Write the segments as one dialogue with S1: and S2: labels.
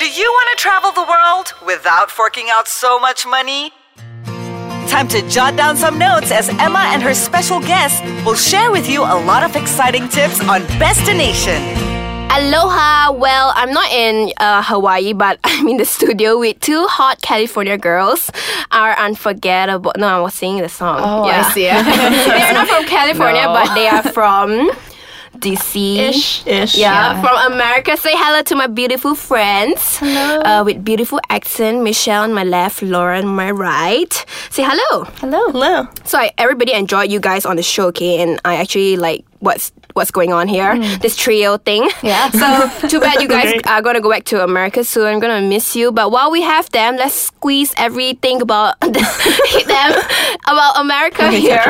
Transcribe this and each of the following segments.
S1: Do you want to travel the world without forking out so much money? Time to jot down some notes as Emma and her special guest will share with you a lot of exciting tips on Destination.
S2: Aloha! Well, I'm not in uh, Hawaii, but I'm in the studio with two hot California girls. Our unforgettable. No, I was singing the song.
S3: Oh,
S2: yeah.
S3: I see. Yeah.
S2: They're not from California,
S3: No.
S2: but they are from DC.
S3: Ish, ish,
S2: Yeah,
S3: yeah.
S2: from America. Say hello to my beautiful friends. Hello. Uh, with beautiful accent, Michelle on my left, Lauren on my right. Say hello.
S3: Hello. Hello.
S2: So I, everybody enjoyed you guys on the show, okay? And I actually like what's what's going on here, this trio thing.
S3: Yeah.
S2: So too bad you guys are gonna go back to America soon. I'm gonna miss you. But while we have them, let's squeeze everything about them about America here.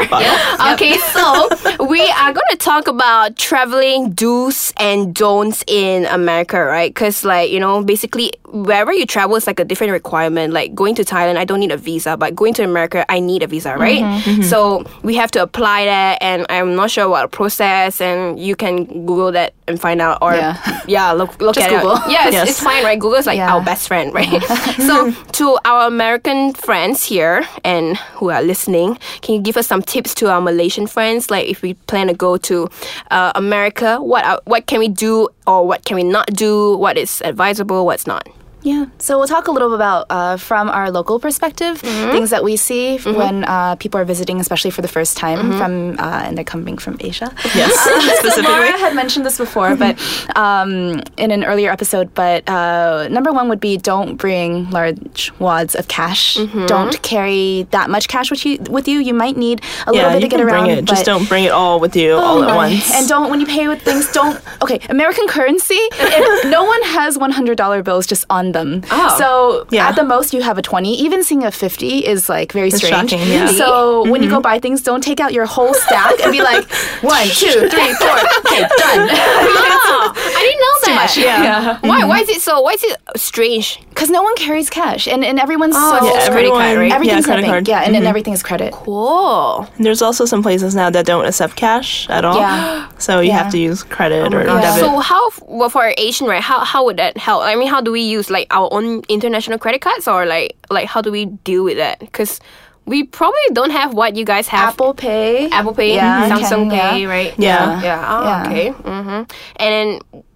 S2: Okay, so we are gonna talk about traveling do's and don'ts in America, right? Because like you know, basically wherever you travel is like a different requirement. Like going to Thailand, I don't need a visa, but going to America, I need a visa, right?
S3: Mm-hmm,
S2: So we have to apply that, and I'm not sure what process. And you can Google that and find out, or
S3: Yeah.
S2: yeah, look look
S3: Just
S2: at
S3: Google.
S2: it. Yeah, it's,
S3: Yes.
S2: it's fine, right? Google's like
S3: Yeah.
S2: our best friend, right? so to our American friends here and who are listening, can you give us some tips to our Malaysian friends? Like if we plan to go to uh, America, what are, what can we do or what can we not do? What is advisable? What's not?
S3: Yeah. So we'll talk a little about uh, from our local perspective
S4: Mm-hmm.
S3: things that we see f- when uh, people are visiting, especially for the first time
S4: Mm-hmm.
S3: from uh, and they're coming from Asia. Yes, specifically. Laura had mentioned this before, but
S4: Mm-hmm.
S3: um, in an earlier episode. But uh, number one would be don't bring large wads of cash.
S4: Mm-hmm.
S3: Don't carry that much cash with you. With you, you might need a little
S4: yeah,
S3: bit
S4: you
S3: to get
S4: can
S3: around.
S4: bring it. Just
S3: but- Oh,
S4: don't bring it all with you all at
S3: Right.
S4: once.
S3: And don't when you pay with things, don't okay, American currency, if no one has one hundred dollar bills just on them.
S2: Oh.
S3: So
S4: Yeah.
S3: at the most you have a twenty. Even seeing a fifty is like very strange.
S4: shocking, yeah. Mm-hmm.
S3: So when you go buy things, don't take out your whole stack and be like one, two, three, four. Okay, done.
S2: Oh, I didn't know that.
S3: much, yeah.
S2: Why? Why is it so? Why is it strange?
S3: Because no one carries cash and, and everyone's so
S2: yeah, every- credit card, right?
S4: Oh, everyone-
S3: everything's
S4: yeah, credit
S3: a bank.
S4: card. Mm-hmm.
S3: Yeah, and, and everything is credit.
S2: Whoa.
S4: There's also some places now that don't accept cash at all.
S3: Yeah.
S4: So you
S3: Yeah.
S4: have to use credit or
S3: God.
S4: debit.
S2: So how f- well, for our Asian right? How how would that help? I mean, how do we use like our own international credit cards or like like how do we deal with that? Because we probably don't have what you guys have.
S3: Apple Pay.
S2: Apple Pay,
S3: Yeah,
S2: Samsung
S3: can, yeah.
S2: Pay, right?
S4: Yeah.
S2: yeah. Oh,
S3: Yeah.
S2: Okay. hmm And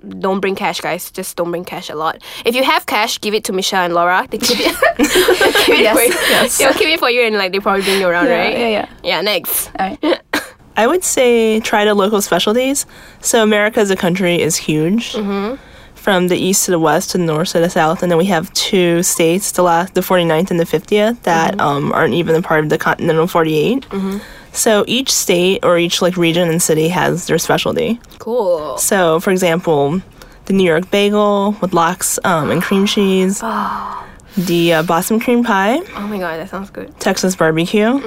S2: then don't bring cash, guys. Just don't bring cash a lot. If you have cash, give it to Michelle and Laura. They keep it. They'll keep it
S3: Yes,
S2: for you. They'll keep it for you, and like they probably bring you around,
S3: Yeah,
S2: right?
S3: yeah, yeah.
S2: Yeah. Next.
S3: All right.
S4: I would say try the local specialties. So America as a country is huge. Mm-hmm. From the east to the west to the north to the south, and then we have two states, the last, the 49th and the 50th, that um, aren't even a part of the continental 48. Mm-hmm. So each state or each like region and city has their specialty.
S2: Cool.
S4: So, for example, the New York bagel with lox um, and cream cheese, the uh, Boston cream pie,
S2: Oh my god, that sounds good.
S4: Texas barbecue,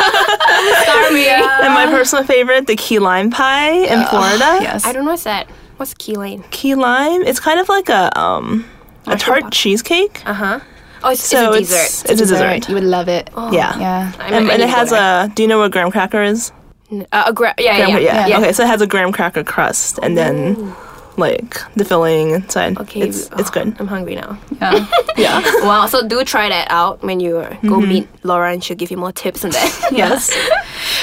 S2: Sorry.
S4: and my personal favorite, the key lime pie in Florida.
S3: yes.
S2: I don't know what's that. What's key lane?
S4: Key lime, it's kind of like a um, a tart cheesecake.
S2: Uh huh. Oh, it's,
S4: so
S2: it's a dessert.
S4: it's, a dessert.
S3: You would love it.
S4: Yeah.
S3: Yeah.
S2: I
S4: Um,
S2: mean, I
S4: and
S2: need
S4: it
S2: to
S4: has
S2: go there.
S4: a. Do you know what graham cracker is?
S2: Uh, a gra- yeah, yeah,
S4: Graham-
S2: yeah, yeah,
S4: Okay, so it has a graham cracker crust, and then like the filling inside.
S2: Okay,
S4: it's
S2: oh,
S4: it's good.
S2: I'm hungry now.
S3: yeah.
S2: wow, so do try that out when you uh, go meet Laura, and she'll give you more tips on that.
S4: Yes.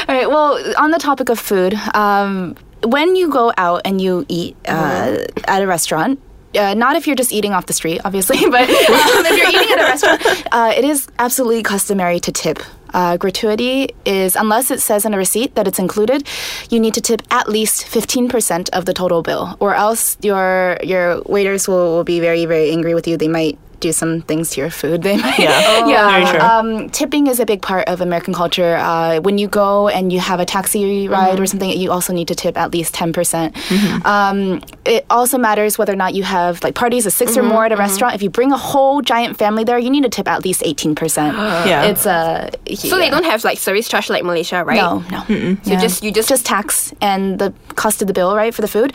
S3: All right. Well, on the topic of food, um, when you go out and you eat uh, at a restaurant, uh, not if you're just eating off the street, obviously, but um, if you're eating at a restaurant, uh, it is absolutely customary to tip. Uh, gratuity is, unless it says in a receipt that it's included, you need to tip at least 15% of the total bill, or else your your waiters will, will be very, very angry with you. They might do some things to your food. They might.
S4: Yeah.
S2: Oh,
S3: yeah.
S4: Very true.
S3: Um, tipping is a big part of American culture. Uh, when you go and you have a taxi ride
S2: Mm-hmm.
S3: or something, you also need to tip at least 10%. percent Um, it also matters whether or not you have like parties of 6
S2: Mm-hmm,
S3: or more at a restaurant. If you bring a whole giant family there, you need to tip at least 18%.
S4: Yeah.
S3: It's a. Uh,
S2: so they don't have like service charge like Malaysia, right?
S3: no, no.
S2: So just you just
S3: Just
S2: Mm-hmm.
S3: tax and the cost of the bill, right, for the food,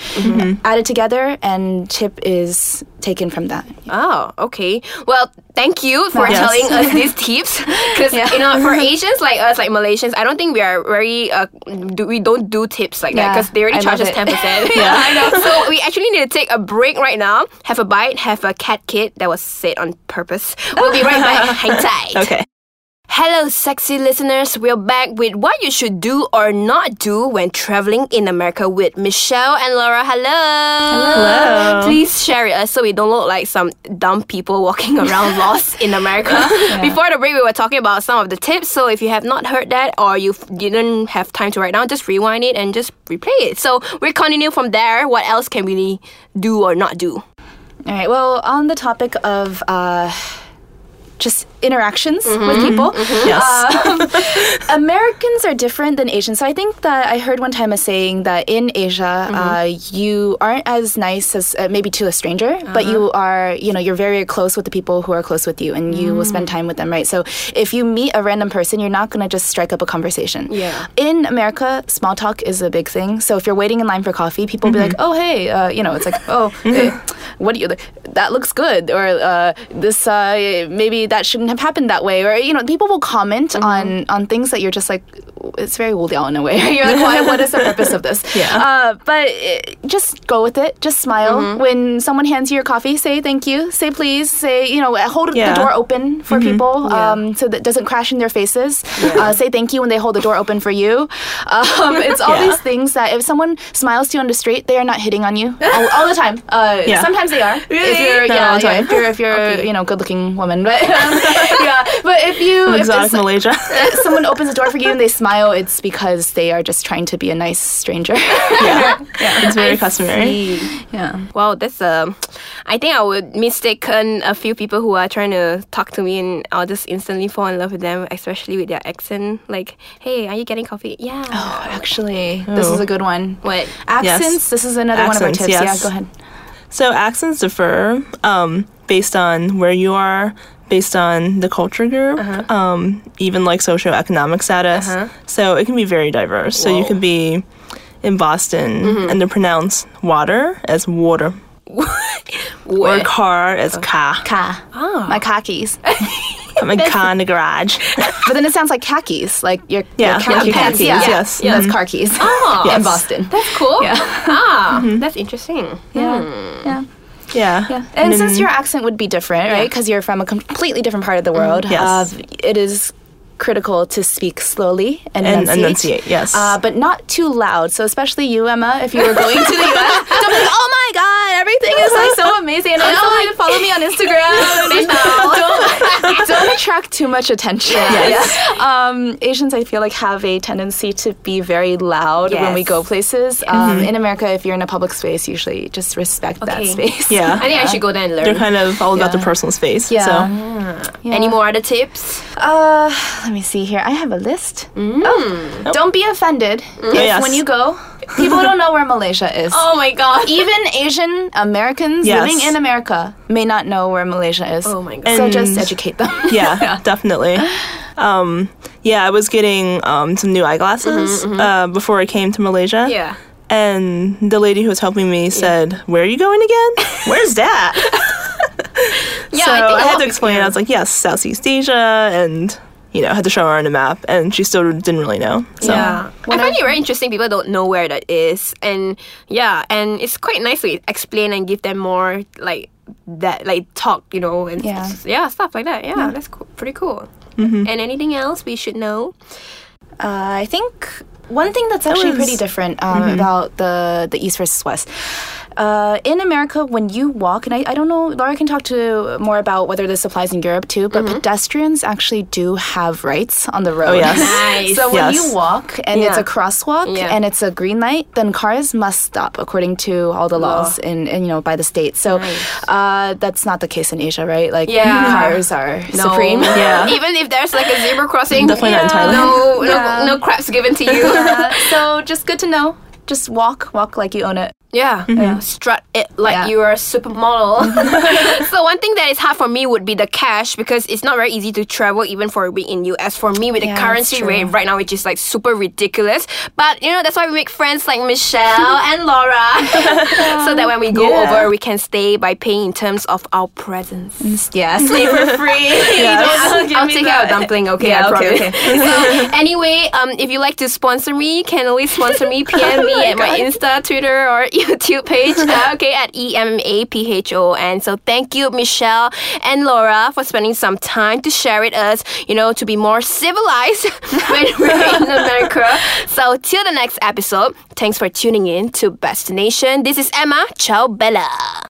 S3: added together, and tip is taken from that.
S2: Oh, okay. Well, thank you for
S3: Yes.
S2: telling us these tips. Because you know, for Asians like us, like Malaysians, I don't think we are very. Uh, do, we don't do tips like that
S3: Yeah,
S2: because they already
S3: I
S2: charge us
S3: love
S2: ten
S3: it.
S2: percent. yeah, I know. So we actually need to take a break right now. Have a bite. Have a cat kid. That was said on purpose. We'll be right back. Hang tight.
S4: Okay.
S2: Hello, sexy listeners. We're back with what you should do or not do when traveling in America with Michelle and Laura. Hello. Hello. Please share it us so we don't look like some dumb people walking around lost in America. Before the break, we were talking about some of the tips. So if you have not heard that or you f- didn't have time to write down, just rewind it and just replay it. So we continue from there. What else can we do or not do?
S3: All right. Well, on the topic of uh, just interactions with people,
S4: mm-hmm.
S3: uh, um, Americans are different than Asians. So I think that I heard one time a saying that in Asia, uh, you aren't as nice as uh, maybe to a stranger, but you are, you know, you're very close with the people who are close with you, and you will spend time with them, right? So if you meet a random person, you're not going to just strike up a conversation.
S2: Yeah.
S3: In America, small talk is a big thing. So if you're waiting in line for coffee, people will be like, "Oh, hey," uh, you know, it's like, "Oh, eh, what do you? That looks good," or uh, "This uh, maybe that shouldn't have happened that way," or you know, people will comment on on things that you're just like, it's very Wu Liao in a way. you're like, why, what is the purpose of this? Yeah. Uh, but eh, just go with it. Just smile when someone hands you your coffee. Say thank you. Say please. Say you know, hold
S4: Yeah.
S3: the door open for
S4: Mm-hmm.
S3: people um, so that it doesn't crash in their faces. Uh, say thank you when they hold the door open for you. Um, it's all these things that if someone smiles to you on the street, they are not hitting on you all, all the time. Uh,
S4: Yeah.
S3: Sometimes they are. If
S4: Really?
S3: you're,
S4: Not
S3: yeah,
S4: all the
S3: yeah,
S4: time.
S3: if you're, if you're you know, good-looking woman, but yeah, but if you if
S4: Exotic
S3: it's-
S4: Malaysia.
S3: if someone opens the door for you and they smile, it's because they are just trying to be a nice stranger.
S4: yeah. It's very customary.
S3: yeah.
S2: Wow, that's um, I think I would mistaken a few people who are trying to talk to me, and I'll just instantly fall in love with them, especially with their accent. Like, hey, are you getting coffee? Yeah.
S3: Oh, actually, this is a good one.
S2: What?
S3: Accents.
S4: Oh. Yes.
S3: This is another one of our
S4: Accents,
S3: tips.
S4: yes.
S3: Yeah, go ahead.
S4: So accents differ um, based on where you are, based on the culture group, um, even like socioeconomic status. So it can be very diverse. So you could be in Boston and they pronounce water as water or
S2: What?
S4: car as ka.
S3: Ka.
S4: Ah.
S3: My khakis.
S4: I'm a car in the garage.
S3: But then it sounds like khakis, like your,
S4: Yeah,
S3: your khaki
S4: yeah,
S3: pants.
S4: khakis,
S3: Yeah.
S4: yes.
S3: Yeah. That's car keys.
S2: Oh,
S3: In Boston.
S2: that's cool. Ah, that's interesting.
S3: Yeah. Yeah.
S4: Yeah.
S3: Yeah. And, since your accent would be different, right? Because you're from a completely different part of the world,
S4: Yes.
S3: uh, it is critical to speak slowly and,
S4: And
S3: enunciate.
S4: enunciate, yes.
S3: Uh, but not too loud. So especially you, Emma, if you were going to the US, don't be like, oh my God, everything is like so amazing. And I want you to follow me on Instagram. don't, don't attract too much attention. Yeah. Um, Asians, I feel like, have a tendency to be very loud when we
S2: Yes.
S3: go places. Um, In America, if you're in a public space, usually just respect that
S2: Okay.
S3: space.
S4: Yeah.
S2: I think I should go there and
S4: They're
S2: learn.
S4: kind of all about the
S3: Yeah.
S4: personal space.
S3: Yeah.
S4: So
S2: Any more other tips?
S3: Uh, let me see here. I have a list.
S2: Mm.
S3: Oh, don't be offended if
S4: Yes.
S3: when you go, people don't know where Malaysia is.
S2: Oh my god.
S3: Even Asian Americans
S4: Yes.
S3: living in America may not know where Malaysia is.
S2: Oh my god.
S3: So
S4: And-
S3: just educate them.
S4: yeah, definitely. Um, yeah, I was getting um, some new eyeglasses Uh, before I came to Malaysia.
S2: Yeah.
S4: And the lady who was helping me said, Where are you going again? Where's that?
S2: Yeah,
S4: so
S2: I think a
S4: I,
S2: lot
S4: had
S2: of
S4: to explain. I was like, Yes, Southeast Asia. And, you know, I had to show her on the map. And she still didn't really know. So.
S2: Yeah. I find it very interesting. People don't know where that is, and yeah, and it's quite nice to explain and give them more like that, like talk, you know, and
S3: Yeah.
S2: s- yeah, stuff like that. Yeah, Mm-hmm. that's cool. pretty cool. And anything else we should know?
S3: Uh, I think one thing that's actually pretty different um,
S2: Mm-hmm.
S3: about the the East versus West. Uh, in America, when you walk, and I, I don't know, Laura can talk to more about whether this applies in Europe too, but
S2: Mm-hmm.
S3: pedestrians actually do have rights on the road.
S4: yes.
S2: Nice.
S3: so when you
S4: Yes.
S3: walk and it's
S2: Oh, Yeah.
S3: a crosswalk
S2: Yeah.
S3: and it's a green light, then cars must stop according to all the laws in, in you know by the state. So uh, that's not the case in Asia, right? Like
S2: Yeah.
S3: cars are supreme.
S4: Yeah.
S2: Even if there's like a zebra crossing,
S4: Definitely not in Thailand.
S2: No, no, no craps given to you.
S3: Uh, so just good to know. Just walk, walk like you own it.
S2: Yeah,
S4: Mm-hmm.
S2: yeah. strut it like
S3: Yeah.
S2: you're a supermodel.
S4: Mm-hmm.
S2: so one thing that is hard for me would be the cash because it's not very easy to travel even for a week in US. For me, with
S3: Yeah,
S2: the
S3: that's
S2: currency
S3: true.
S2: rate right now, which is like super ridiculous. But you know that's why we make friends like Michelle and Laura, so that when we go
S4: Yeah.
S2: over, we can stay by paying in terms of our presence.
S3: Yes.
S2: for free. I'll,
S3: give
S2: I'll
S3: me
S2: take out a
S3: that.
S2: dumpling. Okay, I
S3: Yeah, okay,
S2: promise. so, anyway, um, if you like to sponsor me, you can always sponsor me.
S3: Oh
S2: PM me at my Insta, Twitter, or YouTube page. uh, okay, at E M A P H O. And so thank you, Michelle and Laura, for spending some time to share with us. You know, to be more civilized when we're in America. So till the next episode. Thanks for tuning in to Best Nation. This is Emma. Ciao, Bella.